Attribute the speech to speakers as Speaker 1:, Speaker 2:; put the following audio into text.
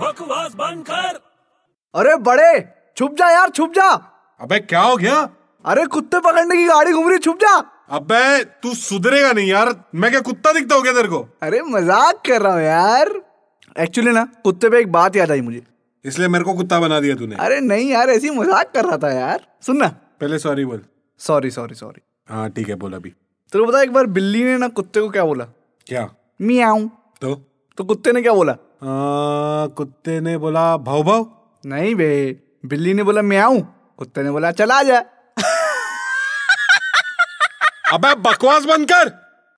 Speaker 1: बकवास बंद कर
Speaker 2: अरे बड़े छुप जा यार छुप जा
Speaker 3: अबे क्या हो गया
Speaker 2: अरे कुत्ते पकड़ने की गाड़ी घूम रही छुप जा
Speaker 3: अबे तू सुधरेगा नहीं यार मैं क्या कुत्ता दिखता हो क्या तेरे को
Speaker 2: अरे मजाक कर रहा हूँ यार एक्चुअली ना कुत्ते पे एक बात याद आई मुझे
Speaker 3: इसलिए मेरे को कुत्ता बना दिया तूने
Speaker 2: अरे नहीं यार ऐसी मजाक कर रहा था यार सुन ना
Speaker 3: पहले सॉरी बोल
Speaker 2: सॉरी सॉरी सॉरी
Speaker 3: हाँ ठीक है बोल अभी
Speaker 2: तेरे को पता है एक बार बिल्ली ने ना कुत्ते को क्या बोला
Speaker 3: क्या
Speaker 2: मियाऊं
Speaker 3: तो
Speaker 2: तो कुत्ते ने क्या बोला
Speaker 3: आ, कुत्ते ने बोला भाव भाव
Speaker 2: नहीं बे बिल्ली ने बोला मियाऊं कुत्ते ने बोला चला जा
Speaker 3: अबे बकवास बंद कर